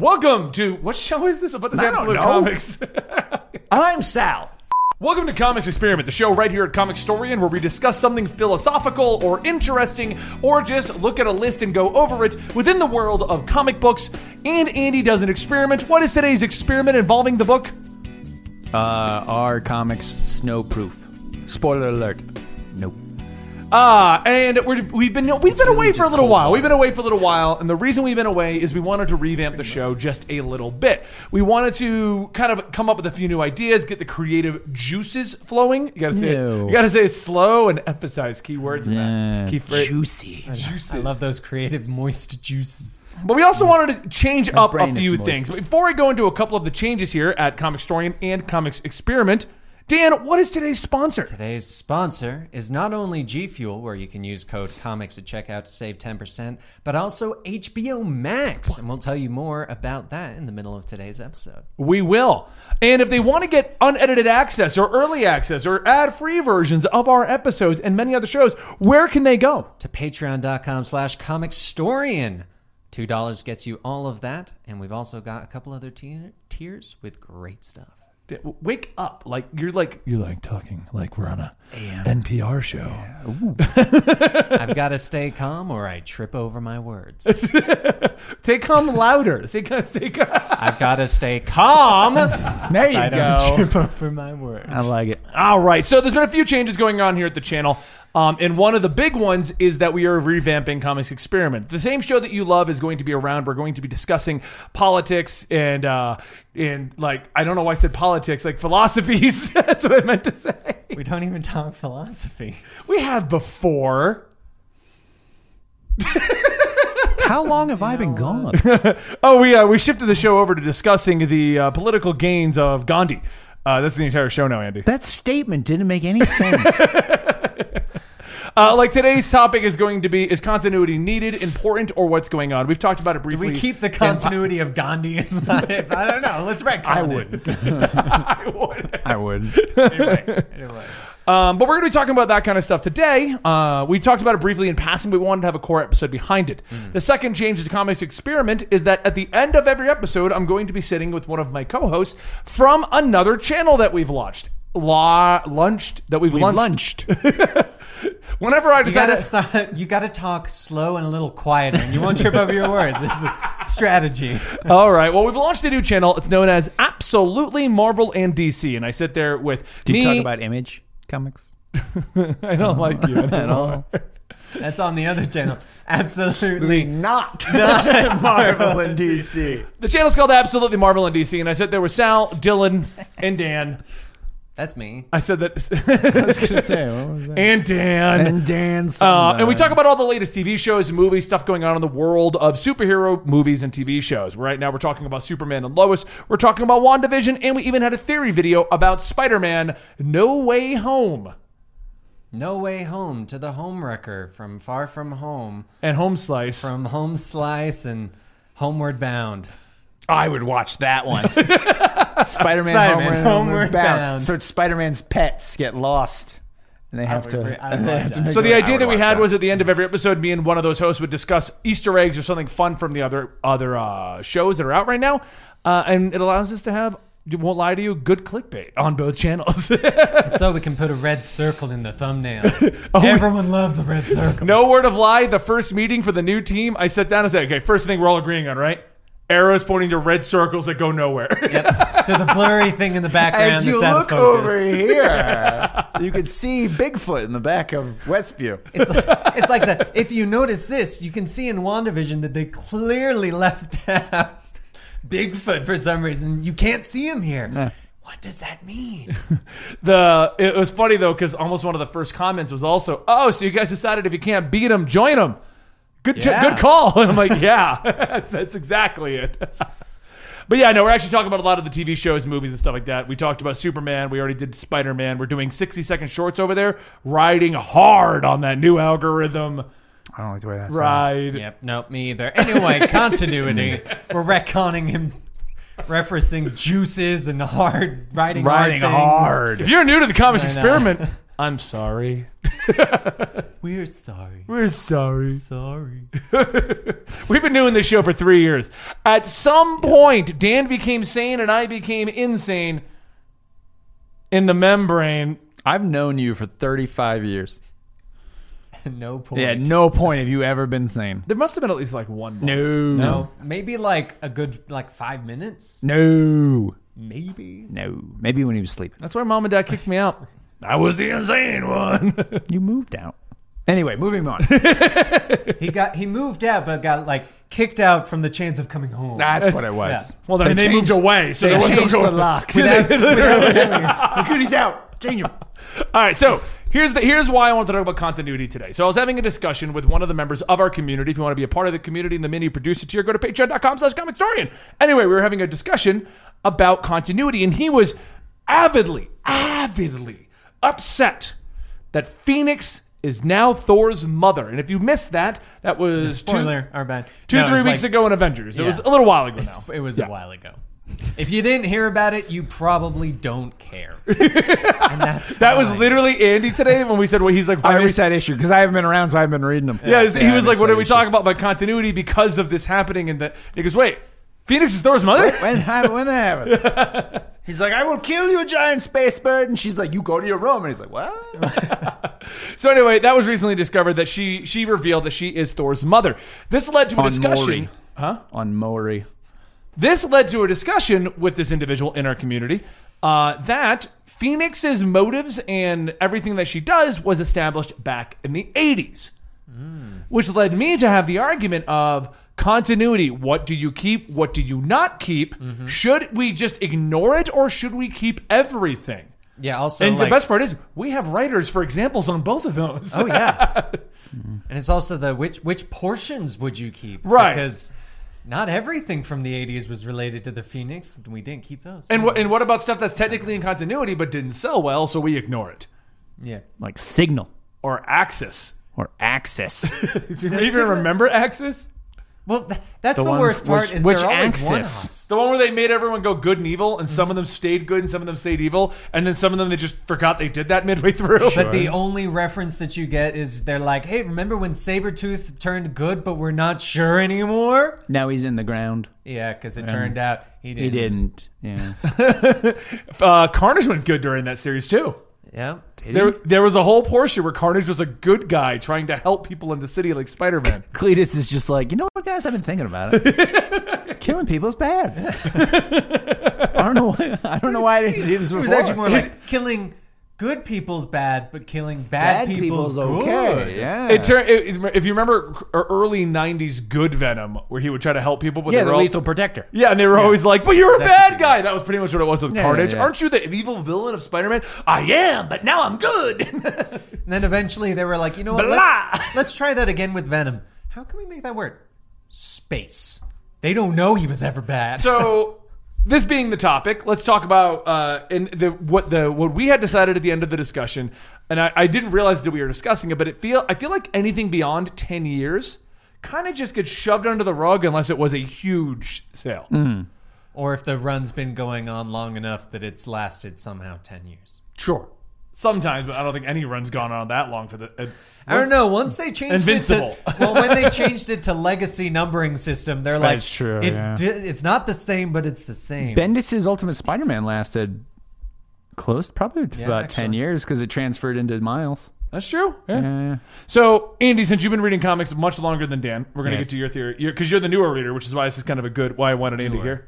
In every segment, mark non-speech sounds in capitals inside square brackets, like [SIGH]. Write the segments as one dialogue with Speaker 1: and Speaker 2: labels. Speaker 1: Welcome to what show is this? About this
Speaker 2: I don't
Speaker 1: absolute
Speaker 2: know.
Speaker 1: comics. [LAUGHS]
Speaker 2: I'm Sal.
Speaker 1: Welcome to Comics Experiment, the show right here at Comic Storian, where we discuss something philosophical or interesting, or just look at a list and go over it within the world of comic books. And Andy does an experiment. What is today's experiment involving the book?
Speaker 2: Uh, are comics snowproof? Spoiler alert. Nope.
Speaker 1: Ah, and we're, we've been we've been away for a
Speaker 2: just
Speaker 1: little
Speaker 2: cold
Speaker 1: while.
Speaker 2: water.
Speaker 1: We've been away for a little while, and the reason we've been away is we wanted to revamp the show just a little bit. We wanted to kind of come up with a few new ideas, get the creative juices flowing. You gotta say it,
Speaker 2: No.
Speaker 1: you gotta say it slow and emphasize keywords. and
Speaker 2: Yeah.
Speaker 1: that. Key phrase.
Speaker 2: Juicy.
Speaker 1: Juices.
Speaker 3: I love those creative moist juices.
Speaker 1: But we also wanted to change up a
Speaker 2: brain is
Speaker 1: few
Speaker 2: moist.
Speaker 1: things. But before I go into a couple of the changes here at Comic Storium and Comics Experiment, Dan, what is today's sponsor?
Speaker 3: Today's sponsor is not only G Fuel, where you can use code COMICS at checkout to save 10%, but also HBO Max. And we'll tell you more about that in the middle of today's episode.
Speaker 1: We will. And if they want to get unedited access or early access or ad free versions of our episodes and many other shows, where can they go?
Speaker 3: To patreon.com slash comicstorian. $2 gets you all of that. And we've also got a couple other tier- tiers with great stuff.
Speaker 1: Th- Wake up. Like, you're like, you're like talking like we're on a NPR show.
Speaker 3: I've got to stay calm or I trip over my words.
Speaker 1: Take come louder. Say, come, say, come.
Speaker 3: I've got to stay calm.
Speaker 2: There you
Speaker 3: I
Speaker 2: go.
Speaker 3: don't trip over my words.
Speaker 2: I like it.
Speaker 1: All right. So there's been a few changes going on here at the channel. Um, and one of the big ones is that we are revamping Comics Experiment. The same show that you love is going to be around. We're going to be discussing politics and uh, and like I don't know why I said politics, like philosophies. [LAUGHS] That's what I meant to say.
Speaker 3: We don't even talk philosophy.
Speaker 1: We have before.
Speaker 2: How long have I been [LAUGHS] gone?
Speaker 1: Oh, we uh, we shifted the show over to discussing the uh, political gains of Gandhi. Uh, that's the entire show now, Andy.
Speaker 2: that statement didn't make any sense.
Speaker 1: Uh, like today's topic is going to be: is continuity needed, important, or what's going on? We've talked about it briefly.
Speaker 3: We keep the continuity of Gandhi in life. I don't know. Let's retcon
Speaker 1: I
Speaker 3: it.
Speaker 1: wouldn't. [LAUGHS] I would.
Speaker 2: [LAUGHS] I would.
Speaker 3: Anyway.
Speaker 1: Um, but we're going to be talking about that kind of stuff today. Uh, we talked about it briefly in passing. But we wanted to have a core episode behind it. The second change to the comics experiment is that at the end of every episode, I'm going to be sitting with one of my co-hosts from another channel that we've launched, La- lunched that we've, launched.
Speaker 2: Lunched.
Speaker 1: [LAUGHS] Whenever I
Speaker 3: You gotta
Speaker 1: decided,
Speaker 3: start. You gotta talk slow and a little quieter, and you won't trip over your words. This is a strategy.
Speaker 1: all right. Well, we've launched a new channel. It's known as Absolutely Marvel and DC, and I sit there with
Speaker 2: Did
Speaker 1: me.
Speaker 2: you talk about image [LAUGHS] comics?
Speaker 1: [LAUGHS] I don't like you [LAUGHS] at all.
Speaker 3: That's on the other channel.
Speaker 1: [LAUGHS]
Speaker 3: Absolutely.
Speaker 2: Not Marvel
Speaker 3: [LAUGHS]
Speaker 2: and DC.
Speaker 1: The channel's called Absolutely Marvel and DC, and I sit there with Sal, Dylan, and Dan.
Speaker 3: That's me.
Speaker 1: I said that. [LAUGHS] and Dan.
Speaker 2: [LAUGHS] And Dan.
Speaker 1: uh, and we talk about all the latest TV shows and movies, stuff going on in the world of superhero movies and TV shows. Right now, we're talking about Superman and Lois. We're talking about WandaVision, and we even had a theory video about Spider Man No Way Home
Speaker 3: No way home to the homewrecker from far from home,
Speaker 1: and Home Slice.
Speaker 3: from home slice and homeward bound.
Speaker 2: I would watch that one. Spider-Man,
Speaker 3: Spider-Man,
Speaker 2: Homeward,
Speaker 3: Homeward
Speaker 2: Bound.
Speaker 3: Bound.
Speaker 2: So it's Spider-Man's pets get lost, and they have
Speaker 3: would re-
Speaker 2: to.
Speaker 3: I
Speaker 2: and [LAUGHS] they
Speaker 3: love
Speaker 2: have to
Speaker 3: that.
Speaker 2: make
Speaker 1: So the
Speaker 2: their- I
Speaker 1: idea
Speaker 2: would
Speaker 1: that we
Speaker 2: watch
Speaker 1: had was at the end of every episode, me and one of those hosts would discuss Easter eggs or something fun from the other other uh, shows that are out right now, uh, and it allows us to have. Won't lie to you, good clickbait on both [LAUGHS] channels.
Speaker 3: So we can put a red circle in
Speaker 1: [LAUGHS]
Speaker 3: the thumbnail. Everyone loves a red circle.
Speaker 1: Oh, no word of lie. The first meeting for the new team, I sat down and said, "Okay, first thing we're all agreeing on, right? Arrows pointing to red circles that go nowhere." [LAUGHS]
Speaker 3: to the blurry thing in the background.
Speaker 2: As you
Speaker 3: that's out of
Speaker 2: look
Speaker 3: focus.
Speaker 2: over [LAUGHS] here, you can see Bigfoot in the back of Westview.
Speaker 3: It's like, it's like the if you notice this, you can see in WandaVision that they clearly left [LAUGHS] out Bigfoot for some reason. You can't see him here. What does that mean?
Speaker 1: the it was funny though because almost one of the first comments was also, "Oh, so you guys decided if you can't beat them, join them." Good, ch-
Speaker 3: Yeah.
Speaker 1: good call. [LAUGHS] And I'm like, yeah, that's, that's exactly it. [LAUGHS] but yeah, no, we're actually talking about a lot of the TV shows, movies, and stuff like that. We talked about Superman. We already did Spider Man. We're doing 60 second shorts over there, riding hard on that new algorithm.
Speaker 2: I don't like the way that's
Speaker 1: Ride.
Speaker 3: Yep, nope, me either. [LAUGHS] Anyway, continuity. We're retconning him, referencing juices and hard writing.
Speaker 2: Riding
Speaker 3: things.
Speaker 2: hard.
Speaker 1: If you're new to the comics
Speaker 3: I know. [LAUGHS]
Speaker 1: experiment, I'm sorry.
Speaker 3: We're sorry.
Speaker 1: We're sorry.
Speaker 3: Sorry. [LAUGHS]
Speaker 1: We've been doing this show for three years. At some point, Dan became sane and I became insane in the membrane.
Speaker 2: I've known you for 35 years.
Speaker 3: no point.
Speaker 2: Yeah, no point have you ever been sane.
Speaker 1: There must have been at least like one.
Speaker 2: No.
Speaker 3: No, maybe like a good like five minutes.
Speaker 2: No.
Speaker 3: Maybe.
Speaker 2: No. Maybe when he was sleeping.
Speaker 1: That's why mom and dad kicked me out. I was the insane one. [LAUGHS]
Speaker 2: You moved out. Anyway, moving [LAUGHS] on.
Speaker 3: He got he moved out, but got like kicked out from the chance of coming home.
Speaker 2: That's what it was.
Speaker 3: Yeah.
Speaker 1: well, then they,
Speaker 2: changed-
Speaker 1: moved away, so
Speaker 2: They
Speaker 1: there was no
Speaker 2: changed the
Speaker 1: going- [LAUGHS]
Speaker 2: locks.
Speaker 3: [LAUGHS] Without- without telling you.
Speaker 2: the cootie's out. Change him.
Speaker 1: All right, so here's the here's why I wanted to talk about continuity today. So I was having a discussion with one of the members of our community. If you want to be a part of the community and the mini producer tier, go to patreon.com slash comic historian. Anyway, we were having a discussion about continuity, and he was avidly, avidly upset that Phoenix is now Thor's mother. And if you missed that, that was two,
Speaker 3: Spoiler, our bad.
Speaker 1: two,
Speaker 3: No, it
Speaker 1: three
Speaker 3: was
Speaker 1: weeks
Speaker 3: like-
Speaker 1: ago in Avengers. It
Speaker 3: Yeah.
Speaker 1: was a little while ago now.
Speaker 3: It was
Speaker 1: Yeah.
Speaker 3: a while ago. If you didn't hear about it, you probably don't care. and [LAUGHS] that's
Speaker 1: That was
Speaker 3: fine.
Speaker 1: literally Andy today when we said, well, he's like, why
Speaker 2: I
Speaker 1: are we
Speaker 2: missed that issue because I haven't been around, so I haven't been reading them.
Speaker 1: Yeah, he was
Speaker 2: I
Speaker 1: like,
Speaker 2: missed
Speaker 1: "What
Speaker 2: that
Speaker 1: are we
Speaker 2: issue.
Speaker 1: talking about? My continuity because of this happening?" And that he goes, "Wait, Phoenix is Thor's mother."
Speaker 2: When, hap- when that happened? [LAUGHS] He's like, I will kill you, giant space bird. And she's like, you go to your room. And he's like, what?
Speaker 1: [LAUGHS] So anyway, that was recently discovered that she she revealed that she is Thor's mother. This led to a
Speaker 2: On
Speaker 1: discussion.
Speaker 2: Maury.
Speaker 1: Huh?
Speaker 2: [LAUGHS] On Mori.
Speaker 1: This led to a discussion with this individual in our community uh, that Phoenix's motives and everything that she does was established back in the 80s, which led me to have the argument of continuity. What do you keep? What do you not keep?
Speaker 3: Mm-hmm.
Speaker 1: Should we just ignore it or should we keep everything?
Speaker 3: Yeah, also
Speaker 1: and
Speaker 3: like,
Speaker 1: the best part is we have writers for examples on both of those.
Speaker 3: Oh yeah. [LAUGHS] and it's also the which which portions would you keep?
Speaker 1: Right.
Speaker 3: Because not everything from the 80s was related to the Phoenix. We didn't keep those.
Speaker 1: [LAUGHS] and, what, and what about stuff that's technically in continuity but didn't sell well, so we ignore it?
Speaker 3: yeah.
Speaker 2: Like Signal
Speaker 1: Or Axis.
Speaker 2: or [LAUGHS] Axis.
Speaker 1: Do you even remember Axis?
Speaker 3: Well, th- that's the,
Speaker 2: one-
Speaker 3: worst part
Speaker 2: which-
Speaker 3: is
Speaker 2: which
Speaker 3: they're always
Speaker 2: axis?
Speaker 3: one-offs.
Speaker 1: The one where they made everyone go good and evil, and some of them stayed good and some of them stayed evil, and then some of them they just forgot they did that midway through.
Speaker 3: But the only reference that you get is they're like, "Hey, remember when Sabretooth turned good, but we're not sure anymore?"
Speaker 2: now he's in the ground.
Speaker 3: Yeah, because it turned out he didn't.
Speaker 2: He didn't. Yeah.
Speaker 1: uh, Carnage went good during that series too.
Speaker 3: Yeah.
Speaker 1: There, there was a whole portion where Carnage was a good guy trying to help people in the city like Spider Man.
Speaker 2: Cletus is just like, you know what, guys? I've been thinking about it.
Speaker 3: [LAUGHS]
Speaker 2: Killing people is bad. [LAUGHS] I don't know. Why, I don't know why I didn't see this
Speaker 3: It
Speaker 2: before.
Speaker 3: was actually more like killing good people's bad, but killing bad,
Speaker 2: bad people's okay.
Speaker 3: good.
Speaker 2: Yeah.
Speaker 1: It turned, it, if you remember er, early '90s good Venom, where he would try to help people, but
Speaker 2: yeah,
Speaker 1: they were
Speaker 2: the
Speaker 1: all-
Speaker 2: lethal protector.
Speaker 1: Yeah, and they were always like, "But you're a bad
Speaker 2: Exactly.
Speaker 1: guy." That was pretty much what it was with
Speaker 2: Yeah,
Speaker 1: Carnage.
Speaker 2: yeah, yeah.
Speaker 1: Aren't you the evil villain of Spider-Man? I am, but now I'm good. [LAUGHS]
Speaker 3: And then eventually they were like, you know what?
Speaker 1: Blah!
Speaker 3: Let's, let's try that again with Venom. How can we make that word? Space. They don't know he was ever bad.
Speaker 1: so, this being the topic, let's talk about uh, in the what the what we had decided at the end of the discussion, and I, I didn't realize that we were discussing it, but it feel I feel like anything beyond ten years kind of just gets shoved under the rug unless it was a huge sale.
Speaker 3: or if the run's been going on long enough that it's lasted somehow 10 years.
Speaker 1: Sure, sometimes, but I don't think any run's gone on that long for the. Uh,
Speaker 3: I don't know. Once they changed
Speaker 1: Invincible.
Speaker 3: it to [LAUGHS] well, when they changed it to legacy numbering system, they're like,
Speaker 2: That's true,
Speaker 3: It
Speaker 2: yeah.
Speaker 3: di- it's not the same, but it's the same.
Speaker 2: Bendis's Ultimate Spider-Man lasted close, probably about ten
Speaker 3: actually.
Speaker 2: years because it transferred into Miles.
Speaker 1: that's true.
Speaker 2: Yeah.
Speaker 1: So, Andy, since you've been reading comics much longer than Dan, we're going to
Speaker 2: Yes.
Speaker 1: get to your theory because you're the newer reader, which is why this is kind of a good why I wanted Andy here.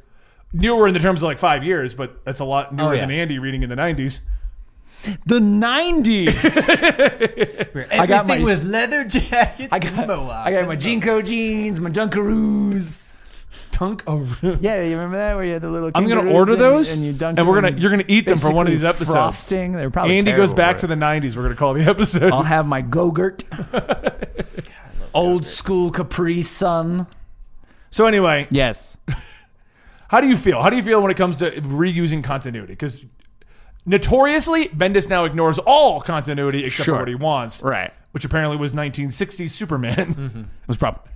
Speaker 1: Newer in the terms of like five years, but that's a lot newer
Speaker 3: Oh, yeah.
Speaker 1: than Andy reading in the '90s.
Speaker 2: The '90s.
Speaker 3: Everything
Speaker 2: got my-
Speaker 3: was leather jackets.
Speaker 2: [LAUGHS] I got,
Speaker 3: and mohawks.
Speaker 2: I got my Jinko jeans, my Dunkaroos.
Speaker 1: Dunk a [LAUGHS] room.
Speaker 2: Oh, Yeah, you remember that where you had the little.
Speaker 1: I'm gonna
Speaker 2: kangaroos
Speaker 1: order
Speaker 2: and-
Speaker 1: those,
Speaker 2: and you dunked
Speaker 1: and we're
Speaker 2: them
Speaker 1: gonna- you're gonna eat them for one of
Speaker 2: basically
Speaker 1: these episodes.
Speaker 2: Frosting. They're probably
Speaker 1: Andy
Speaker 2: terrible Uh-huh.
Speaker 1: goes back
Speaker 2: for
Speaker 1: to
Speaker 2: it.
Speaker 1: the [LAUGHS] '90s. We're going to call the episode.
Speaker 2: I'll have my
Speaker 1: [LAUGHS]
Speaker 2: Go-Gurt. Old school Capri Sun.
Speaker 1: so, anyway,
Speaker 2: Yes.
Speaker 1: how do you feel? How do you feel when it comes to reusing continuity? Because notoriously, Bendis now ignores all continuity except
Speaker 2: Sure.
Speaker 1: for what he wants,
Speaker 2: Right. Mm-hmm.
Speaker 1: which apparently was 1960s [LAUGHS] Superman.
Speaker 2: was probably.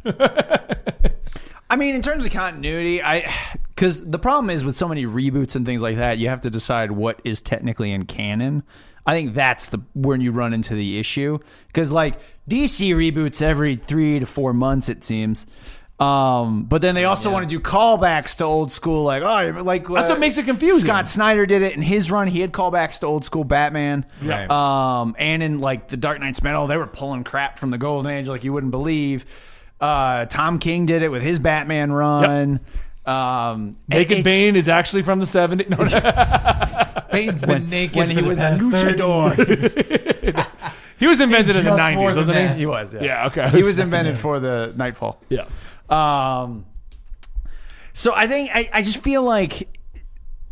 Speaker 2: I mean, in terms of continuity, I because the problem is with so many reboots and things like that, you have to decide what is technically in canon. I think that's the when you run into the issue because like DC reboots every three to four months it seems, um, but then they also want to do callbacks to old school like oh like
Speaker 1: That's what makes it confusing.
Speaker 2: Scott Snyder did it in his run; he had callbacks to old school Batman.
Speaker 1: Right.
Speaker 2: Um, and in like the Dark Knight's Metal, they were pulling crap from the Golden Age like you wouldn't believe. Uh, Tom King did it with his Batman run. Um,
Speaker 1: Naked
Speaker 2: it's-
Speaker 1: Bane is actually from the
Speaker 2: [LAUGHS]
Speaker 1: 70s. No, no.
Speaker 3: Bane's been [LAUGHS] naked
Speaker 2: when
Speaker 3: for
Speaker 2: he
Speaker 3: the
Speaker 2: was a
Speaker 3: past 30
Speaker 2: [LAUGHS] luchador.
Speaker 1: he was invented in the
Speaker 3: just
Speaker 1: 90s,
Speaker 3: wore the
Speaker 1: wasn't
Speaker 3: mask.
Speaker 1: he?
Speaker 3: He
Speaker 1: was, yeah. Yeah, okay.
Speaker 2: he was invented for the Nightfall.
Speaker 1: Yeah.
Speaker 2: Um, so I think I, I just feel like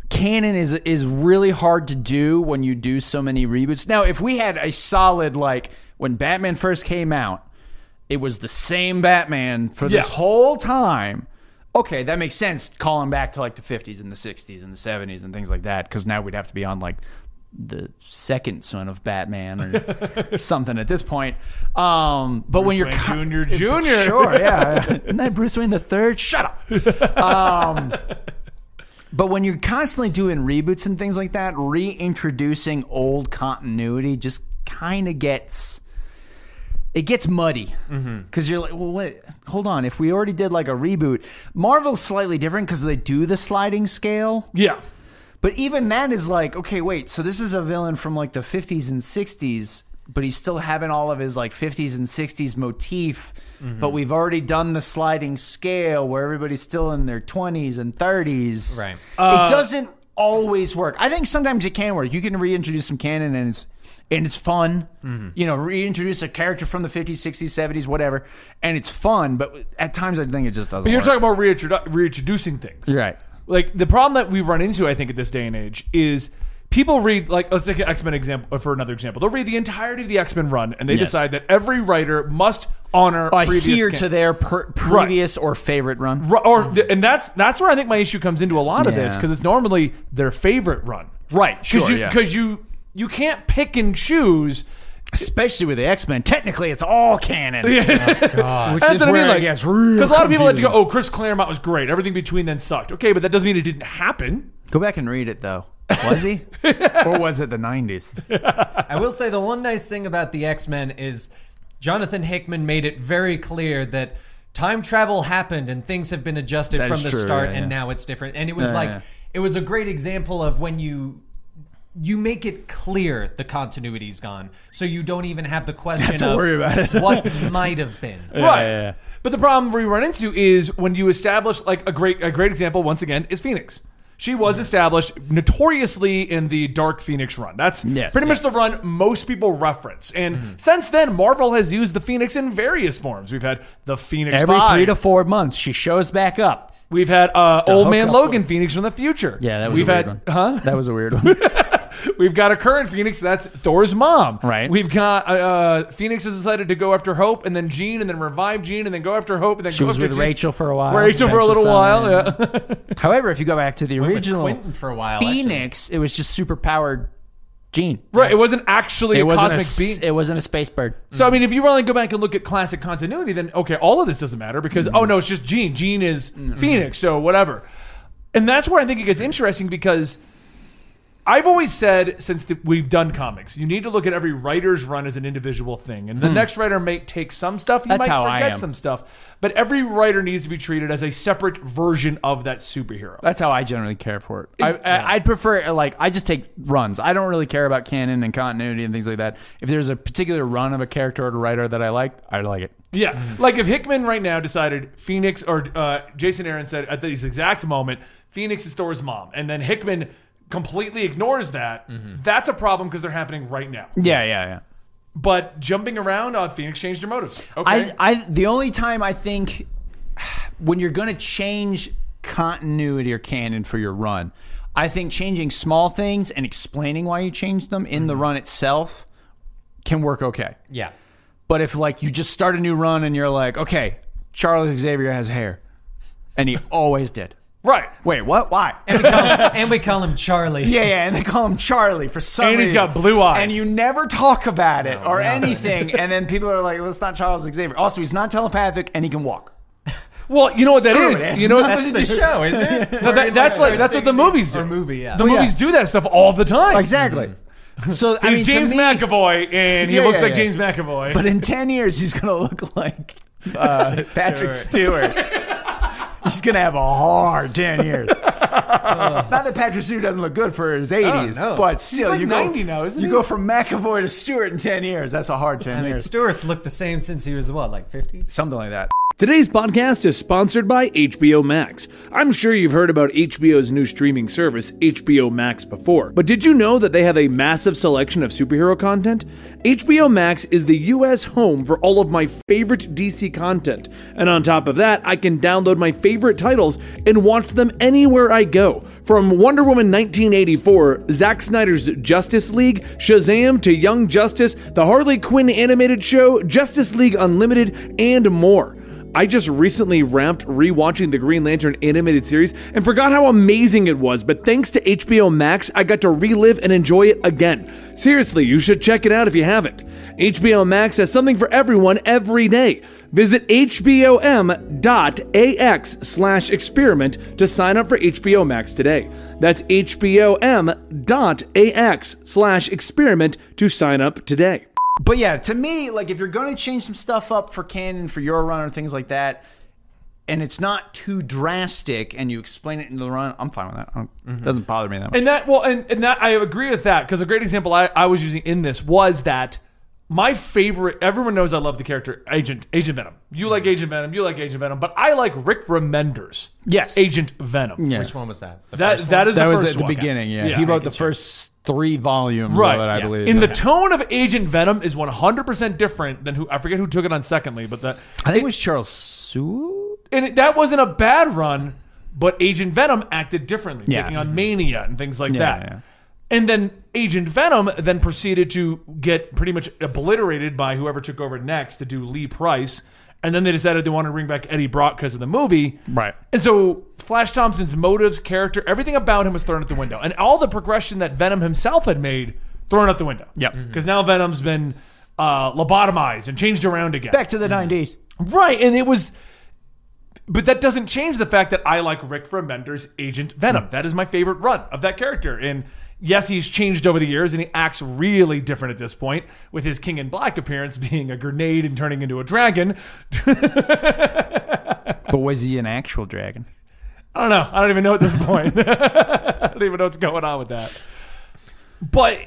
Speaker 2: canon is is really hard to do when you do so many reboots. Now, if we had a solid like when Batman first came out, it was the same Batman for this
Speaker 1: Yeah.
Speaker 2: whole time. Okay, that makes sense. Calling back to like the fifties and the sixties and the seventies and things like that, because now we'd have to be on like the second son of Batman or something at this point. Um, but when you're
Speaker 1: Wayne
Speaker 2: co-
Speaker 1: Jr. Jr..
Speaker 2: [LAUGHS] sure, yeah, isn't that Bruce Wayne the third? Shut up. Um, but when you're constantly doing reboots and things like that, reintroducing old continuity just kind of gets it gets muddy because you're like, well, wait, hold on. If we already did like a reboot, Marvel's slightly different because they do the sliding scale.
Speaker 1: Yeah.
Speaker 2: But even that is like, okay, wait. So this is a villain from like the 50s and 60s, but he's still having all of his like 50s and 60s motif.
Speaker 1: Mm-hmm.
Speaker 2: But we've already done the sliding scale where everybody's still in their 20s and 30s.
Speaker 3: Right.
Speaker 1: Uh,
Speaker 2: it doesn't always work. I think sometimes it can work. You can reintroduce some canon and it's and it's fun.
Speaker 1: Mm-hmm.
Speaker 2: You know, reintroduce a character from the 50s, 60s, 70s, whatever, and it's fun, but at times I think it just doesn't
Speaker 1: But you're
Speaker 2: work.
Speaker 1: talking about reintrodu- reintroducing things.
Speaker 2: Right.
Speaker 1: Like the problem that we run into, I think, at this day and age is people read like let's take an X Men example uh, for another example. They'll read the entirety of the X Men run, and they
Speaker 2: Yes.
Speaker 1: decide that every writer must honor previous
Speaker 2: adhere
Speaker 1: can-
Speaker 2: to their per- previous or favorite run.
Speaker 1: Ru- or and that's that's where I think my issue comes into a lot of this
Speaker 2: Yeah.
Speaker 1: because it's normally their favorite run,
Speaker 2: Right,
Speaker 1: Because
Speaker 2: sure,
Speaker 1: you,
Speaker 2: yeah.
Speaker 1: 'cause you you can't pick and choose. [LAUGHS]
Speaker 2: especially with the X Men. Technically, it's all canon, which
Speaker 1: That's
Speaker 2: is
Speaker 1: what
Speaker 2: where
Speaker 1: I mean. Like,
Speaker 2: gets real.
Speaker 1: a lot of people like to go,
Speaker 2: confusing.
Speaker 1: "Oh, Chris Claremont was great. Everything between then sucked." Okay, but that doesn't mean it didn't happen.
Speaker 2: go back and read it though. Was
Speaker 1: [LAUGHS]
Speaker 2: he, or was it the '90s?
Speaker 3: I will say the one nice thing about the X Men is Jonathan Hickman made it very clear that time travel happened and things have been adjusted
Speaker 2: That
Speaker 3: from
Speaker 2: is
Speaker 3: the
Speaker 2: true,
Speaker 3: start,
Speaker 2: yeah,
Speaker 3: and
Speaker 2: yeah.
Speaker 3: now it's different. And it was
Speaker 2: Yeah,
Speaker 3: like
Speaker 2: yeah.
Speaker 3: it was a great example of when you. You make it clear the continuity's gone, so you don't even
Speaker 2: [LAUGHS]
Speaker 3: have the question
Speaker 2: to
Speaker 3: of
Speaker 2: worry about it. [LAUGHS]
Speaker 3: what might have been.
Speaker 1: right.
Speaker 2: yeah, yeah.
Speaker 1: But the problem we run into is when you establish like a great a great example once again is Phoenix. She was established notoriously in the Dark Phoenix run. That's
Speaker 2: Yes,
Speaker 1: pretty much
Speaker 2: yes. Mm-hmm.
Speaker 1: the run most people reference. And since then, Marvel has used the Phoenix in various forms. We've had the Phoenix
Speaker 2: Every
Speaker 1: Five.
Speaker 2: three to four months, she shows back up.
Speaker 1: We've had uh, Old
Speaker 2: hook
Speaker 1: Man
Speaker 2: up
Speaker 1: Logan Phoenix from the future. We've had, Huh?
Speaker 2: [LAUGHS] That was a weird one.
Speaker 1: [LAUGHS] We've got a current Phoenix. That's Thor's mom.
Speaker 2: Right.
Speaker 1: We've got uh, uh, Phoenix has decided to go after Hope, and then Jean, and then revive Jean, and then go after Hope, and then
Speaker 2: She
Speaker 1: go
Speaker 2: was
Speaker 1: after
Speaker 2: with
Speaker 1: Jean.
Speaker 2: Rachel for a while.
Speaker 1: Rachel for a little while.
Speaker 2: Simon.
Speaker 1: Yeah. [LAUGHS]
Speaker 2: However, if you go back to the
Speaker 3: With
Speaker 2: original
Speaker 3: Quentin for a
Speaker 1: Oh,
Speaker 3: while. actually.
Speaker 2: Phoenix, it was just super powered Jean.
Speaker 1: Right. It wasn't actually
Speaker 2: It
Speaker 1: a
Speaker 2: wasn't a,
Speaker 1: cosmic beam.
Speaker 2: s- it wasn't a space bird.
Speaker 1: so I mean, if you really go back and look at classic continuity, then okay, all of this doesn't matter because oh no, it's just Gene. Gene is Phoenix, so whatever. And that's where I think it gets interesting because I've always said since the, we've done comics, you need to look at every writer's run as an individual thing, and the next writer may take some stuff, you
Speaker 2: Hmm. That's
Speaker 1: might
Speaker 2: how I
Speaker 1: forget
Speaker 2: am.
Speaker 1: some stuff, but every writer needs to be treated as a separate version of that superhero.
Speaker 2: That's how I generally care for it. I,
Speaker 1: It's-
Speaker 2: I, I'd prefer like I just take runs. I don't really care about canon and continuity and things like that. If there's a particular run of a character or a writer that I like, I like it.
Speaker 1: Yeah,
Speaker 2: Mm-hmm.
Speaker 1: like if Hickman right now decided Phoenix or uh, Jason Aaron said at this exact moment, Phoenix is Thor's mom, and then Hickman completely ignores that.
Speaker 2: Mm-hmm.
Speaker 1: That's a problem because they're happening right now.
Speaker 2: Yeah, yeah, yeah.
Speaker 1: But jumping around, uh, Phoenix changed her motives. Okay,
Speaker 2: I, I the only time I think when you're going to change continuity or canon for your run, I think changing small things and explaining why you changed them in the run itself can work okay.
Speaker 3: Yeah.
Speaker 2: But if like you just start a new run and you're like, okay, Charles Xavier has hair, and he [LAUGHS] always did.
Speaker 1: right.
Speaker 2: Wait, what? Why?
Speaker 1: [LAUGHS]
Speaker 3: And we call him, and we call
Speaker 2: [LAUGHS]
Speaker 3: him Charlie.
Speaker 2: Yeah, yeah, and they call him Charlie for some
Speaker 1: And he's
Speaker 2: reason.
Speaker 1: got blue eyes.
Speaker 2: And you never talk about it or anything. and then people are like, well, it's not Charles Xavier. Also, he's not telepathic and he can walk.
Speaker 1: Well, you know what that is.
Speaker 2: it.
Speaker 1: You know what
Speaker 3: That's the show, isn't [LAUGHS] it?
Speaker 1: No, that- that's like that's what the movies do.
Speaker 3: Or movie, yeah.
Speaker 1: The
Speaker 3: Well,
Speaker 1: movies
Speaker 2: yeah.
Speaker 1: do that stuff all the time.
Speaker 2: Exactly. [LAUGHS] So I
Speaker 1: He's
Speaker 2: mean, to
Speaker 1: James
Speaker 2: me-
Speaker 1: McAvoy, and he
Speaker 2: Yeah,
Speaker 1: looks
Speaker 2: yeah,
Speaker 1: like
Speaker 2: yeah.
Speaker 1: James McAvoy.
Speaker 2: But in 10 years, he's going to look like [LAUGHS] uh, Patrick Stewart. he's going to have a hard 10 [LAUGHS] years. Not that Patrick Stewart doesn't look good for his 80s,
Speaker 3: no.
Speaker 2: but still,
Speaker 1: like
Speaker 2: you go,
Speaker 1: 90 now, isn't
Speaker 2: you
Speaker 1: he?
Speaker 2: go from McAvoy to Stewart in 10 years. That's a hard 10
Speaker 3: I mean,
Speaker 2: years.
Speaker 3: Stewart's looked the same since he was what, like 50?
Speaker 2: Something like that.
Speaker 4: Today's podcast is sponsored by HBO Max. I'm sure you've heard about HBO's new streaming service, HBO Max, before, but did you know that they have a massive selection of superhero content? HBO Max is the US home for all of my favorite DC content, and on top of that, I can download my favorite titles and watch them anywhere I go. From Wonder Woman 1984, Zack Snyder's Justice League, Shazam to Young Justice, the Harley Quinn animated show, Justice League Unlimited, and more. I just recently ramped rewatching the Green Lantern animated series and forgot how amazing it was, but thanks to HBO Max, I got to relive and enjoy it again. Seriously, you should check it out if you haven't. HBO Max has something for everyone every day. Visit hbom.ax slash experiment to sign up for HBO Max today. That's hbom.ax slash experiment to sign up today.
Speaker 2: But yeah, to me, like if you're going to change some stuff up for canon, for your run, or things like that, and it's not too drastic, and you explain it in the run, I'm fine with that. I don't, It doesn't bother me that much.
Speaker 1: Mm-hmm. And that well, and, and that I agree with that because a great example I, I was using in this was that my favorite. Everyone knows I love the character Agent Agent Venom. You
Speaker 5: Mm-hmm.
Speaker 1: like Agent Venom. You like Agent Venom. But I like Rick Remender's
Speaker 2: Yes.
Speaker 1: Agent Venom.
Speaker 2: Yeah.
Speaker 3: Which one was that? The
Speaker 1: That
Speaker 3: first
Speaker 1: that is
Speaker 5: That
Speaker 1: the
Speaker 5: was
Speaker 1: first
Speaker 5: at the
Speaker 1: one.
Speaker 5: beginning, yeah.
Speaker 1: Yeah.
Speaker 5: He wrote the first three volumes
Speaker 1: Right,
Speaker 5: of it, I
Speaker 1: yeah.
Speaker 5: believe.
Speaker 1: In the tone of Agent Venom is 100% different than who I forget who took it on secondly, but that
Speaker 5: I think it was Charles Sewell.
Speaker 1: and it, that wasn't a bad run, but Agent Venom acted differently,
Speaker 5: Yeah. Mm-hmm.
Speaker 1: taking on Mania and things like that.
Speaker 5: yeah.
Speaker 1: And then Agent Venom then proceeded to get pretty much obliterated by whoever took over next to do Lee Price. And then they decided they wanted to bring back Eddie Brock because of the movie.
Speaker 5: Right.
Speaker 1: And so Flash Thompson's motives, character, everything about him was thrown out the window. And all the progression that Venom himself had made thrown out the window.
Speaker 5: Yep.
Speaker 1: Because now Venom's been uh, lobotomized and changed around again.
Speaker 2: Back to the 90s.
Speaker 1: Right, and it was. But that doesn't change the fact that I like Rick Remender's Agent Venom. That is my favorite run of that character. And yes, he's changed over the years, and he acts really different at this point, with his King in Black appearance [LAUGHS] being a grenade and turning into a dragon. [LAUGHS]
Speaker 2: But was he an actual dragon?
Speaker 1: I don't know. I don't even know at this point. [LAUGHS] I don't even know what's going on with that. But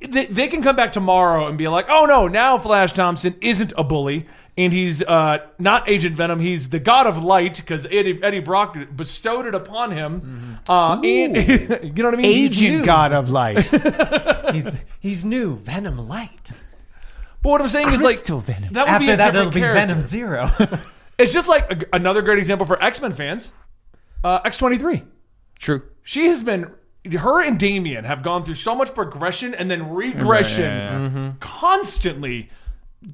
Speaker 1: they, they can come back tomorrow and be like, oh no, now Flash Thompson isn't a bully. And he's uh, not Agent Venom. He's the God of Light because Eddie, Eddie Brock bestowed it upon him.
Speaker 3: Mm-hmm.
Speaker 1: Uh, and, [LAUGHS] you know what I mean? He's new.
Speaker 2: Agent God
Speaker 1: [LAUGHS]
Speaker 2: of Light.
Speaker 3: one. He's, he's new, Venom Light.
Speaker 1: But what I'm saying is like
Speaker 2: Crystal Venom.
Speaker 1: that would be
Speaker 3: After
Speaker 1: a
Speaker 3: that,
Speaker 1: different
Speaker 3: it'll be
Speaker 1: character. [LAUGHS]
Speaker 3: Venom Zero.
Speaker 1: It's just like a, another great example for X Men fans. Uh, X23.
Speaker 5: True.
Speaker 1: she has been her and Damien have gone through so much progression and then regression constantly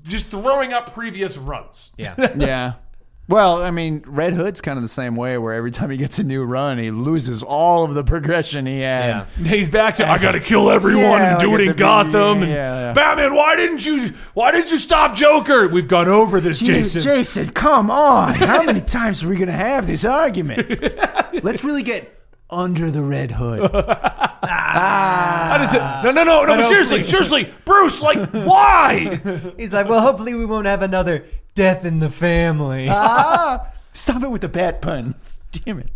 Speaker 1: just throwing up previous runs.
Speaker 3: yeah.
Speaker 5: Yeah.
Speaker 2: Well, I mean, Red Hood's kind of the same way, where every time he gets a new run, he loses all of the progression he had.
Speaker 1: He's back to I gotta kill everyone
Speaker 2: Yeah,
Speaker 1: and do it
Speaker 2: like at
Speaker 1: in
Speaker 2: the
Speaker 1: Gotham
Speaker 2: beginning,
Speaker 1: and
Speaker 2: yeah, yeah.
Speaker 1: Batman, why didn't you why didn't you stop Joker? We've gone over this,
Speaker 2: Jeez,
Speaker 1: Jason.
Speaker 2: Jason, come on! How many times are we gonna have this [LAUGHS] argument? Let's really get under the Red [LAUGHS] Hood.
Speaker 1: How does it- no no no no, but seriously,
Speaker 3: please.
Speaker 1: seriously, Bruce, like
Speaker 2: [LAUGHS]
Speaker 1: why?
Speaker 3: [LAUGHS] He's like, well, hopefully we won't have another death in
Speaker 1: [LAUGHS]
Speaker 3: the family.
Speaker 1: Uh,
Speaker 2: ah, stop it with the bad pun. Damn it!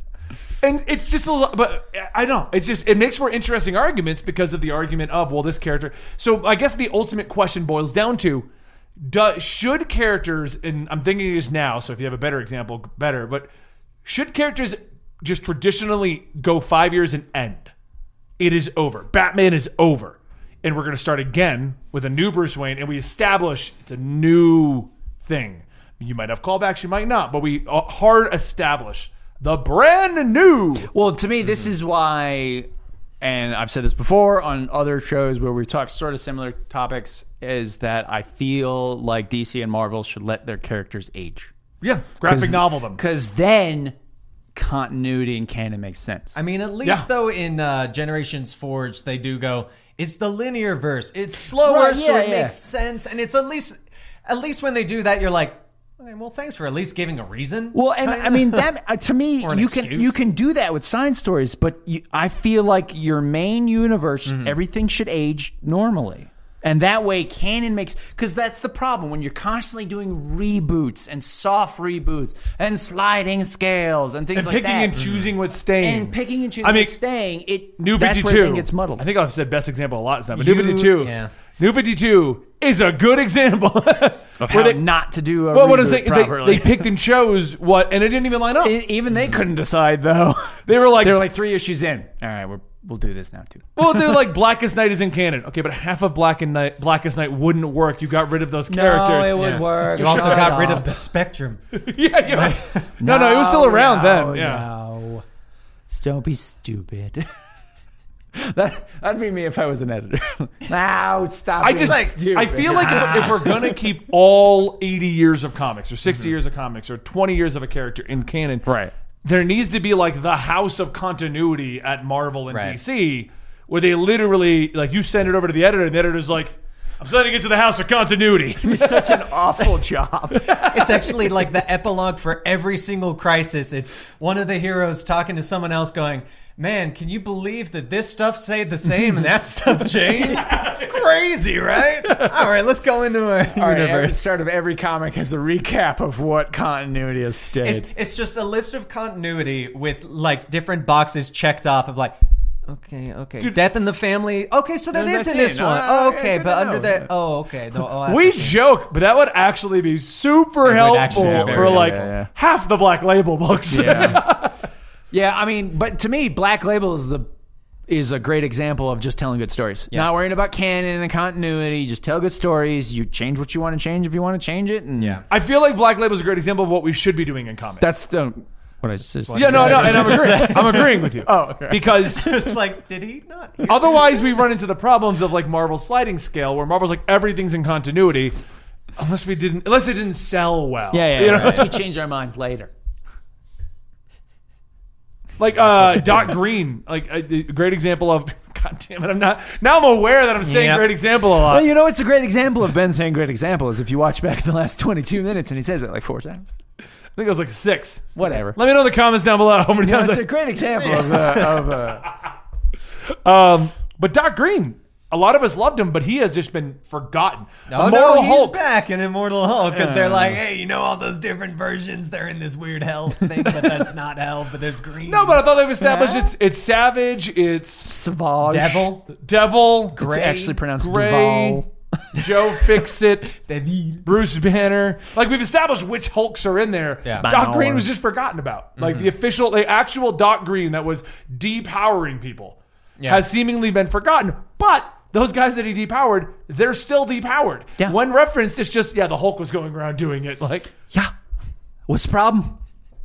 Speaker 1: And it's just a lot, but I know it's just it makes for interesting arguments because of the argument of well, this character. So I guess the ultimate question boils down to: do, should characters, and I'm thinking it is now. So if you have a better example, better. But should characters just traditionally go five years and end? It is over. Batman is over, and we're going to start again with a new Bruce Wayne, and we establish it's a new thing. You might have callbacks, you might not, but we uh, hard establish. The brand new
Speaker 2: Well, to me, this is why, and I've said this before on other shows where we talk sort of similar topics, is that I feel like DC and Marvel should let their characters age.
Speaker 1: Yeah, graphic novel them.
Speaker 2: Because then continuity and canon makes sense.
Speaker 3: I mean, at least
Speaker 1: Yeah.
Speaker 3: though in uh, Generations Forge, they do go. It's the linear verse. It's slower,
Speaker 2: Right,
Speaker 3: so
Speaker 2: yeah,
Speaker 3: it
Speaker 2: yeah.
Speaker 3: makes sense, and it's at least, at least when they do that, you're like, Okay, well, thanks for at least giving a reason.
Speaker 2: Well, and I mean that uh, to me,
Speaker 3: an
Speaker 2: you can
Speaker 3: excuse.
Speaker 2: you can do that with science stories, but you, I feel like your main universe,
Speaker 1: Mm-hmm.
Speaker 2: everything should age normally, and that way canon makes because that's the problem when you're constantly doing reboots and soft reboots and sliding scales and things
Speaker 1: And
Speaker 2: like
Speaker 1: picking
Speaker 2: that, Mm-hmm.
Speaker 1: and choosing what's staying.
Speaker 2: and picking and choosing.
Speaker 1: I mean,
Speaker 2: what's staying it
Speaker 1: New
Speaker 2: that's
Speaker 1: 52
Speaker 2: where everything gets muddled.
Speaker 1: I think I've said best example a lot this time, but
Speaker 3: You-
Speaker 1: New 52.
Speaker 3: yeah.
Speaker 1: New 52 is a good example [LAUGHS] of
Speaker 2: How not to do a
Speaker 1: Well,
Speaker 2: reboot
Speaker 1: what I'm saying, they,
Speaker 2: properly.
Speaker 1: they picked and chose what, and it didn't even line up.
Speaker 2: E- [LAUGHS] even they couldn't decide though.
Speaker 1: they were like,
Speaker 2: They're like three issues in. All right, we're, we'll do this now too.
Speaker 1: well, they're like Blackest Night is in canon. Okay, but half of Black and Night, Blackest Night wouldn't work. You got rid of those characters.
Speaker 2: would work.
Speaker 3: You also
Speaker 2: Shut
Speaker 3: got rid
Speaker 2: up.
Speaker 3: of the spectrum.
Speaker 1: [LAUGHS] yeah, you're
Speaker 2: [LAUGHS]
Speaker 1: right. no, no, it was still around
Speaker 2: no,
Speaker 1: then. Yeah.
Speaker 2: No. Don't be stupid. [LAUGHS] that that'd be me if I was an editor. [LAUGHS] now stop.
Speaker 1: I
Speaker 2: being
Speaker 1: just,
Speaker 2: stupid.
Speaker 1: I feel
Speaker 2: [LAUGHS]
Speaker 1: like if, if we're gonna keep all 80 years of comics, or 60 years of comics, or 20 years of a character in canon,
Speaker 2: Mm-hmm. Right.
Speaker 1: There needs to be like the house of continuity at Marvel and
Speaker 3: Right.
Speaker 1: DC, where they literally like you send it over to the editor, and the editor's like, "I'm sending it to the house of continuity."
Speaker 2: it's such an
Speaker 1: [LAUGHS]
Speaker 2: awful job.
Speaker 3: It's actually like the epilogue for every single crisis. It's one of the heroes talking to someone else going, Man, can you believe that this stuff stayed the same and that [LAUGHS] stuff changed? Crazy, right? All right, let's go into our
Speaker 2: All right, every
Speaker 3: universe.
Speaker 2: start of every comic has a recap of what continuity has stayed.
Speaker 3: It's, it's just a list of continuity with like different boxes checked off of like, okay, okay, death in the family. Okay, so that
Speaker 2: No,
Speaker 3: is
Speaker 2: that's
Speaker 3: in this
Speaker 2: it.
Speaker 3: one.
Speaker 2: Ah,
Speaker 3: Oh,
Speaker 2: yeah,
Speaker 3: okay,
Speaker 2: good
Speaker 3: but
Speaker 2: to
Speaker 3: under
Speaker 2: know.
Speaker 3: that, oh, okay. No, oh, that's
Speaker 1: We
Speaker 3: a shame.
Speaker 1: joke, but that would actually be super helpful
Speaker 3: actually be
Speaker 1: for
Speaker 3: very
Speaker 1: like
Speaker 2: helpful. Yeah.
Speaker 1: half the Black Label books.
Speaker 2: Yeah. [LAUGHS] yeah, I mean, but to me, Black Label is the is a great example of just telling good stories. Not worrying about canon and continuity. Just tell good stories. You change what you want to change if you want to change it. And yeah,
Speaker 1: [LAUGHS] I feel like Black Label is a great example of what we should be doing in comics.
Speaker 2: that's the what I just
Speaker 1: yeah, no, no, and I'm agreeing. I'm agreeing with you. Oh, because
Speaker 3: [LAUGHS] It's like, did he not? [LAUGHS] hear
Speaker 1: otherwise we run into the problems of like Marvel sliding scale, where Marvel's like everything's in continuity, unless we didn't, unless it didn't sell well.
Speaker 2: Yeah, yeah.
Speaker 1: You know?
Speaker 2: Unless we change our minds later.
Speaker 1: [LAUGHS] Like uh, Dot Green, like a, a great example of. [LAUGHS] God damn it! I'm not. Now I'm aware that I'm saying
Speaker 3: Yep.
Speaker 1: great example a lot.
Speaker 2: Well, you know, it's a great example of Ben saying great example is if you watch back the last 22 minutes and he says it like four times.
Speaker 1: I think it was like six.
Speaker 2: Whatever.
Speaker 1: Let me know in the comments down below how many
Speaker 2: You know,
Speaker 1: times.
Speaker 2: it's
Speaker 1: I-
Speaker 2: a great example of, uh, of uh,
Speaker 1: Um, but Doc Green, a lot of us loved him, but he has just been forgotten.
Speaker 3: Oh
Speaker 1: Immortal
Speaker 3: no, he's
Speaker 1: Hulk.
Speaker 3: back in Immortal Hulk because they're like, hey, you know all those different versions? They're in this weird hell thing, but
Speaker 2: [LAUGHS]
Speaker 3: that's not hell, but there's green.
Speaker 1: No, but I thought they've established it's it's Savage, it's
Speaker 2: Savage.
Speaker 3: devil,
Speaker 1: Devil,
Speaker 2: It's
Speaker 3: Gray,
Speaker 2: actually pronounced
Speaker 1: Gray,
Speaker 2: Duval.
Speaker 1: [LAUGHS] Joe Fix It,
Speaker 3: [LAUGHS] devil.
Speaker 1: Bruce Banner. Like we've established which Hulks are in there.
Speaker 3: Yeah. Mm-hmm.
Speaker 1: Doc
Speaker 2: Banner.
Speaker 1: Green was just forgotten about. Like the official, the actual Doc Green that was depowering people has seemingly been forgotten. But those guys that he depowered, they're still depowered.
Speaker 2: Yeah.
Speaker 1: When referenced, it's just yeah, the Hulk was going around doing it. Like
Speaker 2: Yeah. What's the problem?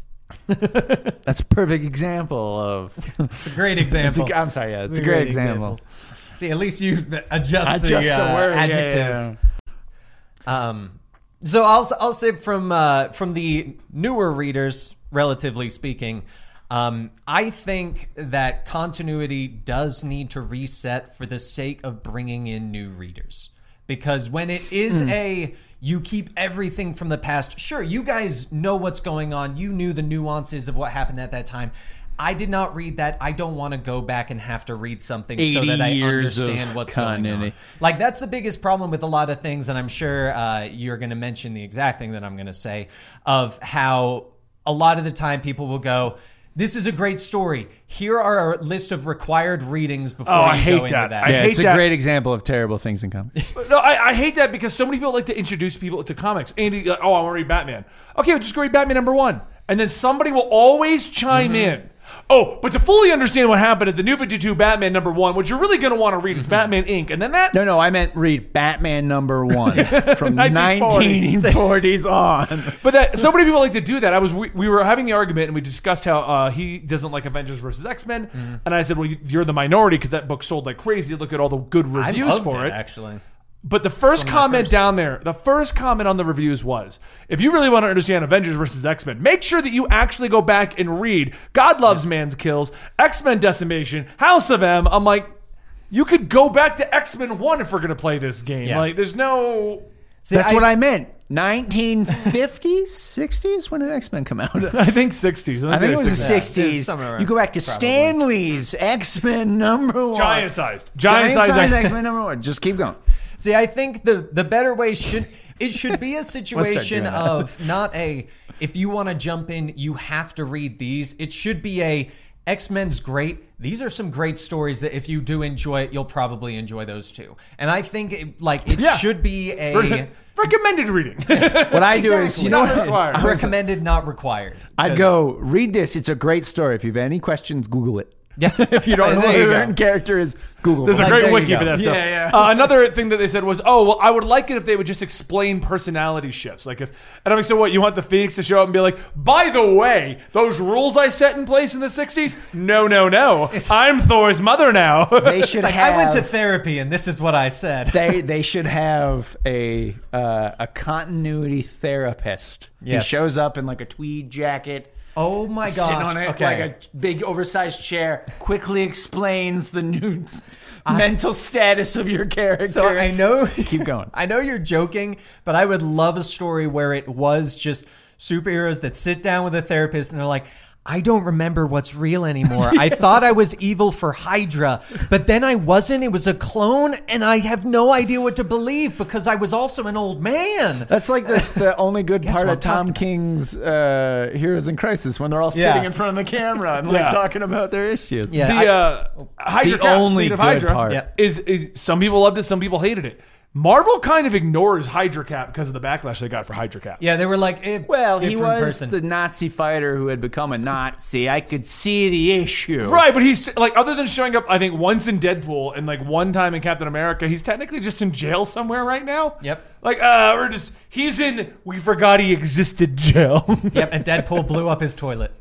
Speaker 2: [LAUGHS] That's a perfect example of.
Speaker 3: It's a great example.
Speaker 2: I'm sorry. Yeah, it's a
Speaker 3: Great
Speaker 2: great example.
Speaker 3: See, at least you adjust,
Speaker 2: Adjust
Speaker 3: the, uh,
Speaker 2: the word. yeah,
Speaker 3: adjective.
Speaker 2: yeah, yeah.
Speaker 3: Um, so I'll I'll say from uh, from the newer readers, relatively speaking, um, I think that continuity does need to reset for the sake of bringing in new readers. Because when it is
Speaker 5: Hmm.
Speaker 3: a you keep everything from the past, sure, you guys know what's going on. You knew the nuances of what happened at that time. I did not read that. I don't want to go back and have to read something so
Speaker 5: 80
Speaker 3: that I
Speaker 5: years of
Speaker 3: understand what's going on.
Speaker 5: continuity.
Speaker 3: Like that's the biggest problem with a lot of things, and I'm sure uh, you're going to mention the exact thing that I'm going to say of how a lot of the time people will go, "This is a great story. Here are a list of required readings before
Speaker 1: Oh,
Speaker 3: you
Speaker 1: I hate
Speaker 3: go
Speaker 1: that.
Speaker 3: into that."
Speaker 1: I
Speaker 5: Yeah,
Speaker 1: hate
Speaker 5: it's a
Speaker 1: that.
Speaker 5: great example of terrible things in common.
Speaker 1: No, I, I hate that because so many people like to introduce people to comics. Andy, like, oh, I want to read Batman. Okay, well, just go read Batman number one, and then somebody will always
Speaker 3: Mm-hmm.
Speaker 1: chime in. Oh, but to fully understand what happened at the New Fifty Two Batman number one, what you're really going to want to read
Speaker 3: Mm-hmm.
Speaker 1: is Batman Inc. And then that
Speaker 2: No, no, I meant read Batman number one from
Speaker 1: 1940s.
Speaker 2: 1940s on.
Speaker 1: But that so many people like to do that. I was we, we were having the argument and we discussed how uh, he doesn't like Avengers versus X Men,
Speaker 3: Mm-hmm.
Speaker 1: and I said, well, you- you're the minority because that book sold like crazy. Look at all the good
Speaker 3: I
Speaker 1: reviews
Speaker 3: loved
Speaker 1: for
Speaker 3: it,
Speaker 1: it.
Speaker 3: actually.
Speaker 1: But the first
Speaker 3: one of my
Speaker 1: comment
Speaker 3: first.
Speaker 1: down there, the first comment on the reviews was, if you really want to understand Avengers versus X Men, make sure that you actually go back and read God Loves Man's Kills, X Men Decimation, House of M. I'm like, you could go back to X Men One if we're gonna play this game.
Speaker 2: [LAUGHS]
Speaker 3: Yeah.
Speaker 1: Like, there's no.
Speaker 3: See,
Speaker 2: That's what I meant. 1950s, 60s? When did X Men come out?
Speaker 1: I think 60s.
Speaker 2: I think it was the
Speaker 3: 60s. Yeah,
Speaker 2: 60s.
Speaker 3: it's somewhere around-
Speaker 2: you go back to
Speaker 3: probably.
Speaker 2: Stanley's X Men number one.
Speaker 1: Giant sized. Giant,
Speaker 2: size
Speaker 1: sized.
Speaker 2: X Men number one. Just keep going.
Speaker 3: See, I think the the better way should it
Speaker 2: [LAUGHS]
Speaker 3: should be a
Speaker 2: doing
Speaker 3: situation
Speaker 2: that.
Speaker 3: of not a if you want to jump in, you have to read these. It should be a X Men's great. These are some great stories that if you do enjoy it, you'll probably enjoy those too. And I think it, like it
Speaker 1: Yeah.
Speaker 3: should
Speaker 2: [LAUGHS]
Speaker 3: be a
Speaker 1: [LAUGHS] Recommended reading.
Speaker 2: What I do is, you know,
Speaker 1: Not
Speaker 2: what?
Speaker 1: required.
Speaker 3: recommended, not required.
Speaker 2: I'd go read this. It's a great story. If you have any questions, Google it.
Speaker 3: [LAUGHS] Yeah,
Speaker 2: [LAUGHS] If you don't know
Speaker 3: There
Speaker 2: who
Speaker 3: you
Speaker 2: the
Speaker 3: go.
Speaker 2: main character is, Google.
Speaker 1: There's
Speaker 2: it.
Speaker 1: a
Speaker 3: Like,
Speaker 1: great
Speaker 3: there you
Speaker 1: wiki
Speaker 3: go.
Speaker 1: for that stuff. [LAUGHS]
Speaker 2: Yeah,
Speaker 1: Uh, another thing that they said was, oh, well, I would like it if they would just explain personality shifts. Like if, and I'm like, so what, you want the Phoenix to show up and be like, by the way, those rules I set in place in the 60s? No, no, no. I'm Thor's mother now. [LAUGHS]
Speaker 2: They should
Speaker 3: like
Speaker 2: have.
Speaker 3: I went to therapy, and this is what I said.
Speaker 2: they they should have a uh, a continuity therapist.
Speaker 3: Yes.
Speaker 2: He shows up in like a tweed jacket.
Speaker 3: oh my gosh!
Speaker 2: Sitting on it
Speaker 3: okay.
Speaker 2: like a big oversized chair, quickly explains the new mental status of your character.
Speaker 3: So I know.
Speaker 2: [LAUGHS]
Speaker 3: [LAUGHS]
Speaker 2: Keep going.
Speaker 3: I know you're joking, but I would love a story where it was just superheroes that sit down with a therapist and they're like, I don't remember what's real
Speaker 2: [LAUGHS]
Speaker 3: anymore. I thought I was evil for Hydra, but then I wasn't. It was a clone, and I have no idea what to believe because I was also an old man.
Speaker 2: That's like this, the only good part
Speaker 3: what
Speaker 2: of
Speaker 3: I'm
Speaker 2: Tom King's uh, Heroes in Crisis when they're all
Speaker 3: Yeah.
Speaker 2: sitting in front of the camera and like
Speaker 1: Yeah.
Speaker 2: talking about their issues.
Speaker 3: Yeah, I-
Speaker 1: the uh, Hydra
Speaker 2: The
Speaker 1: Cap,
Speaker 2: only
Speaker 1: Fleet of
Speaker 2: good
Speaker 1: Hydra
Speaker 2: part.
Speaker 3: Yep.
Speaker 1: is, is some people loved it, some people hated it. Marvel kind of ignores Hydra Cap because of the backlash they got for Hydra Cap.
Speaker 3: yeah, they were like, eh,
Speaker 2: Well, he
Speaker 3: different
Speaker 2: was
Speaker 3: person.
Speaker 2: the Nazi fighter who had become a Nazi. I could see the issue.
Speaker 1: Right, but he's like other than showing up, I think once in Deadpool and like one time in Captain America, he's technically just in jail somewhere right now.
Speaker 3: Yep.
Speaker 1: Like uh, we're just he's in we forgot he existed jail. [LAUGHS]
Speaker 3: yep, and Deadpool blew up his toilet.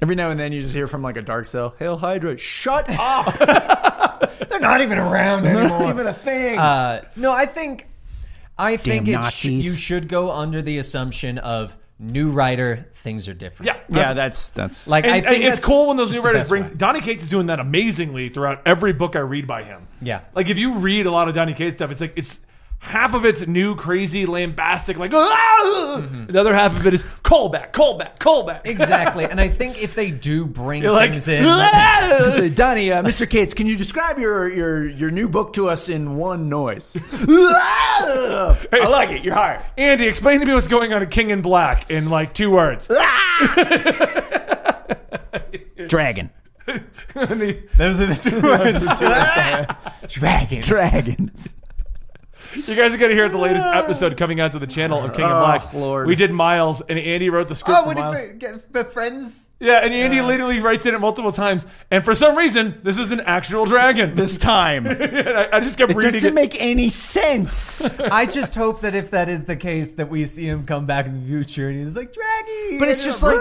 Speaker 2: Every now and then you just hear from like a dark cell, Hail Hydra, shut up.
Speaker 3: They're not even around anymore.
Speaker 2: Not even a thing.
Speaker 3: Uh, no, I think I think it sh-
Speaker 2: Nazis.
Speaker 3: you should go under the assumption of new writer things are different.
Speaker 1: yeah.
Speaker 2: yeah, that's that's
Speaker 3: like I
Speaker 1: And,
Speaker 3: think
Speaker 1: and it's
Speaker 3: that's
Speaker 1: cool when those
Speaker 3: just
Speaker 1: new
Speaker 3: the
Speaker 1: writers
Speaker 3: best
Speaker 1: bring
Speaker 3: way.
Speaker 1: Donny Cates is doing that amazingly throughout every book I read by him.
Speaker 3: Yeah.
Speaker 1: Like if you read a lot of Donny Cates stuff, it's like it's half of it's new, crazy, lambastic, like "Ah!" the other half of it is callback, callback, callback.
Speaker 3: Mm-hmm. exactly, and I think if they do
Speaker 1: [LAUGHS]
Speaker 3: bring
Speaker 1: You're like
Speaker 3: things in,
Speaker 1: [LAUGHS]
Speaker 3: [LAUGHS]
Speaker 1: "Ah!"
Speaker 2: So, Donnie, uh, Mr. Cates, can you describe your, your your new book to us in one noise? [LAUGHS] I like it. You're hired.
Speaker 1: Andy, explain to me what's going on in King in Black in like two [LAUGHS] words.
Speaker 2: Dragon.
Speaker 1: And the-
Speaker 3: those are
Speaker 2: [LAUGHS]
Speaker 3: the two words. [LAUGHS]
Speaker 2: Dragons. Dragons.
Speaker 1: you guys are gonna hear the latest episode coming out to the channel of King in Black.
Speaker 2: Lord.
Speaker 1: We did Miles, and Andy wrote the script.
Speaker 3: oh,
Speaker 1: for
Speaker 3: would
Speaker 1: Miles.
Speaker 3: it be, get friends?
Speaker 1: yeah, and Andy literally writes in it multiple times, and for some reason, this is an actual dragon.
Speaker 2: This time. It
Speaker 1: [LAUGHS] I, I just kept reading
Speaker 2: doesn't
Speaker 1: it.
Speaker 2: make any sense.
Speaker 3: I just hope that if that is the case, that we see him come back in the future and he's like Draggy.
Speaker 2: But it's just like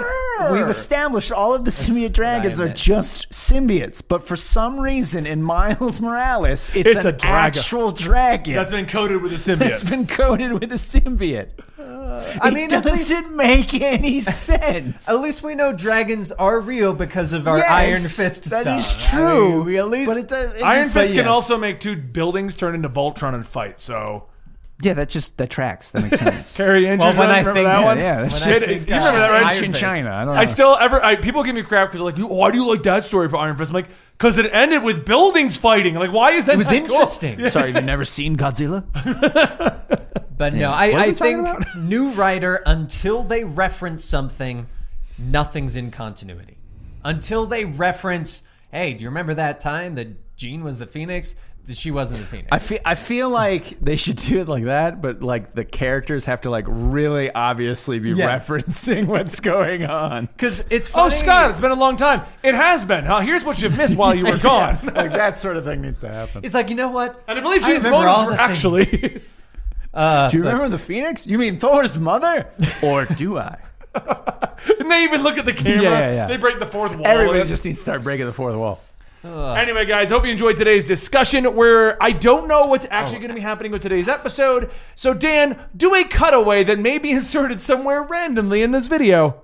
Speaker 2: we've established all of the symbiote dragons are
Speaker 3: it.
Speaker 2: just symbiotes, but for some reason in Miles Morales, it's,
Speaker 1: It's
Speaker 2: an
Speaker 1: a dragon.
Speaker 2: actual dragon.
Speaker 1: That's been coded with a
Speaker 2: [LAUGHS] it's
Speaker 1: symbiote.
Speaker 2: been coated with a symbiote.
Speaker 3: I
Speaker 2: it
Speaker 3: mean, at least
Speaker 2: doesn't [LAUGHS] make
Speaker 3: [LAUGHS]
Speaker 2: any sense.
Speaker 3: At least we know dragons are real because of our
Speaker 2: Yes,
Speaker 3: Iron Fist stuff.
Speaker 2: That is true.
Speaker 3: I mean, we at least
Speaker 2: but it does, it
Speaker 1: Iron
Speaker 2: just- but
Speaker 1: Fist can
Speaker 2: yes.
Speaker 1: also make two buildings turn into Voltron and fight. So
Speaker 2: Yeah, that just that tracks. That
Speaker 3: [LAUGHS]
Speaker 2: makes sense.
Speaker 1: Carrie Andrews,
Speaker 3: Well, when I
Speaker 1: remember
Speaker 3: think-
Speaker 1: that
Speaker 3: yeah,
Speaker 1: one?
Speaker 2: yeah, that's
Speaker 1: Shit,
Speaker 3: just-
Speaker 1: you
Speaker 3: it's
Speaker 1: remember that,
Speaker 3: just
Speaker 1: right?
Speaker 3: Iron
Speaker 2: ancient
Speaker 3: Fist.
Speaker 2: China. I don't know.
Speaker 1: I still ever I, people give me crap because like, you, why do you like that story for Iron Fist? I'm like, because it ended with buildings fighting. Like, why is that?
Speaker 3: It was
Speaker 1: not [LAUGHS] cool?
Speaker 2: [LAUGHS]
Speaker 3: interesting.
Speaker 2: Sorry, have you never seen Godzilla?
Speaker 3: But no, I,
Speaker 2: What are we
Speaker 3: I
Speaker 2: talking
Speaker 1: [LAUGHS]
Speaker 3: think
Speaker 2: about?
Speaker 3: new writer until they reference something, nothing's in continuity. Until they reference, hey, do you remember that time that Jean was the Phoenix? She wasn't the Phoenix.
Speaker 2: I feel I feel like they should do it like that, but like the characters have to like really obviously be
Speaker 3: Yes.
Speaker 2: referencing [LAUGHS] what's going on.
Speaker 3: Because it's
Speaker 1: Oh,
Speaker 3: funny.
Speaker 1: Scott, it's been a long time. It has been. Huh? Here's what you've missed while you
Speaker 3: [LAUGHS]
Speaker 1: were
Speaker 2: [LAUGHS]
Speaker 1: gone.
Speaker 2: like that sort of thing needs to happen.
Speaker 3: It's like you know what?
Speaker 1: And I believe James
Speaker 3: remember
Speaker 1: Bond
Speaker 3: all
Speaker 1: were
Speaker 3: the things.
Speaker 1: actually. [LAUGHS]
Speaker 3: Uh,
Speaker 2: Do you remember the Phoenix? You mean Thor's mother, or do I?
Speaker 1: and they even look at the camera.
Speaker 2: Yeah, yeah, yeah.
Speaker 1: They break the fourth wall.
Speaker 2: Everybody just needs to start breaking the fourth wall.
Speaker 1: Anyway, guys, hope you enjoyed today's discussion. Where I don't know what's actually
Speaker 3: Oh.
Speaker 1: going to be happening with today's episode. So Dan, do a cutaway that may be inserted somewhere randomly in this video.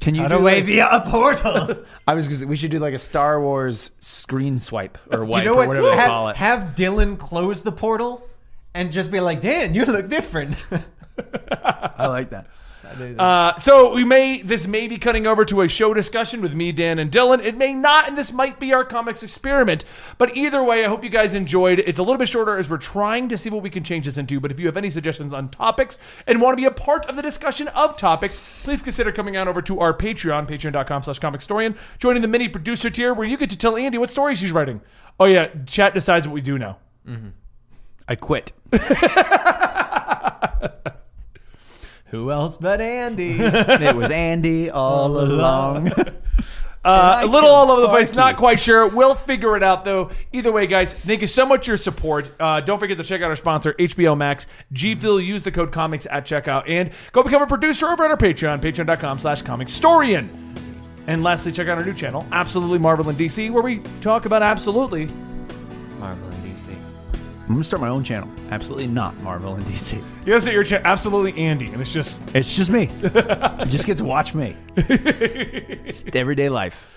Speaker 2: Can
Speaker 1: [LAUGHS]
Speaker 2: you do
Speaker 3: away
Speaker 2: like-
Speaker 3: via a portal.
Speaker 2: I was gonna say, we should do like a Star Wars screen swipe or wipe
Speaker 3: you know
Speaker 2: or
Speaker 3: what?
Speaker 2: whatever they call
Speaker 3: Have,
Speaker 2: it.
Speaker 3: have Dylan close the portal, and just be like, Dan, you look different. [LAUGHS]
Speaker 2: I like that.
Speaker 1: Uh, so we may this may be cutting over to a show discussion with me, Dan, and Dylan. It may not, and this might be our comics experiment. But either way, I hope you guys enjoyed. It's a little bit shorter as we're trying to see what we can change this into. But if you have any suggestions on topics and want to be a part of the discussion of topics, please consider coming on over to our Patreon, patreon.com slash comicstorian, joining the mini producer tier where you get to tell Andy what stories she's writing. Oh yeah, chat decides what we do now.
Speaker 5: I quit.
Speaker 3: Who else
Speaker 1: [LAUGHS]
Speaker 3: but Andy?
Speaker 2: It was Andy all along. [LAUGHS]
Speaker 1: Uh, a
Speaker 2: like
Speaker 1: little
Speaker 2: him,
Speaker 1: all over the place.
Speaker 2: Sparky.
Speaker 1: Not quite sure. We'll figure it out though. Either way, guys, thank you so much for your support. Uh, don't forget to check out our sponsor, HBO Max. GFIL, use the code comics at checkout and go become a producer over at our Patreon, patreon.com slash comicstorian. And lastly, check out our new channel, Absolutely Marvel and DC, where we talk about absolutely.
Speaker 3: Marvel and DC.
Speaker 2: I'm gonna start my own channel. Absolutely not Marvel and DC.
Speaker 1: Yes, at your channel, absolutely Andy. And it's just [LAUGHS]
Speaker 2: [LAUGHS] It's just me. you just get to watch me. Just everyday life.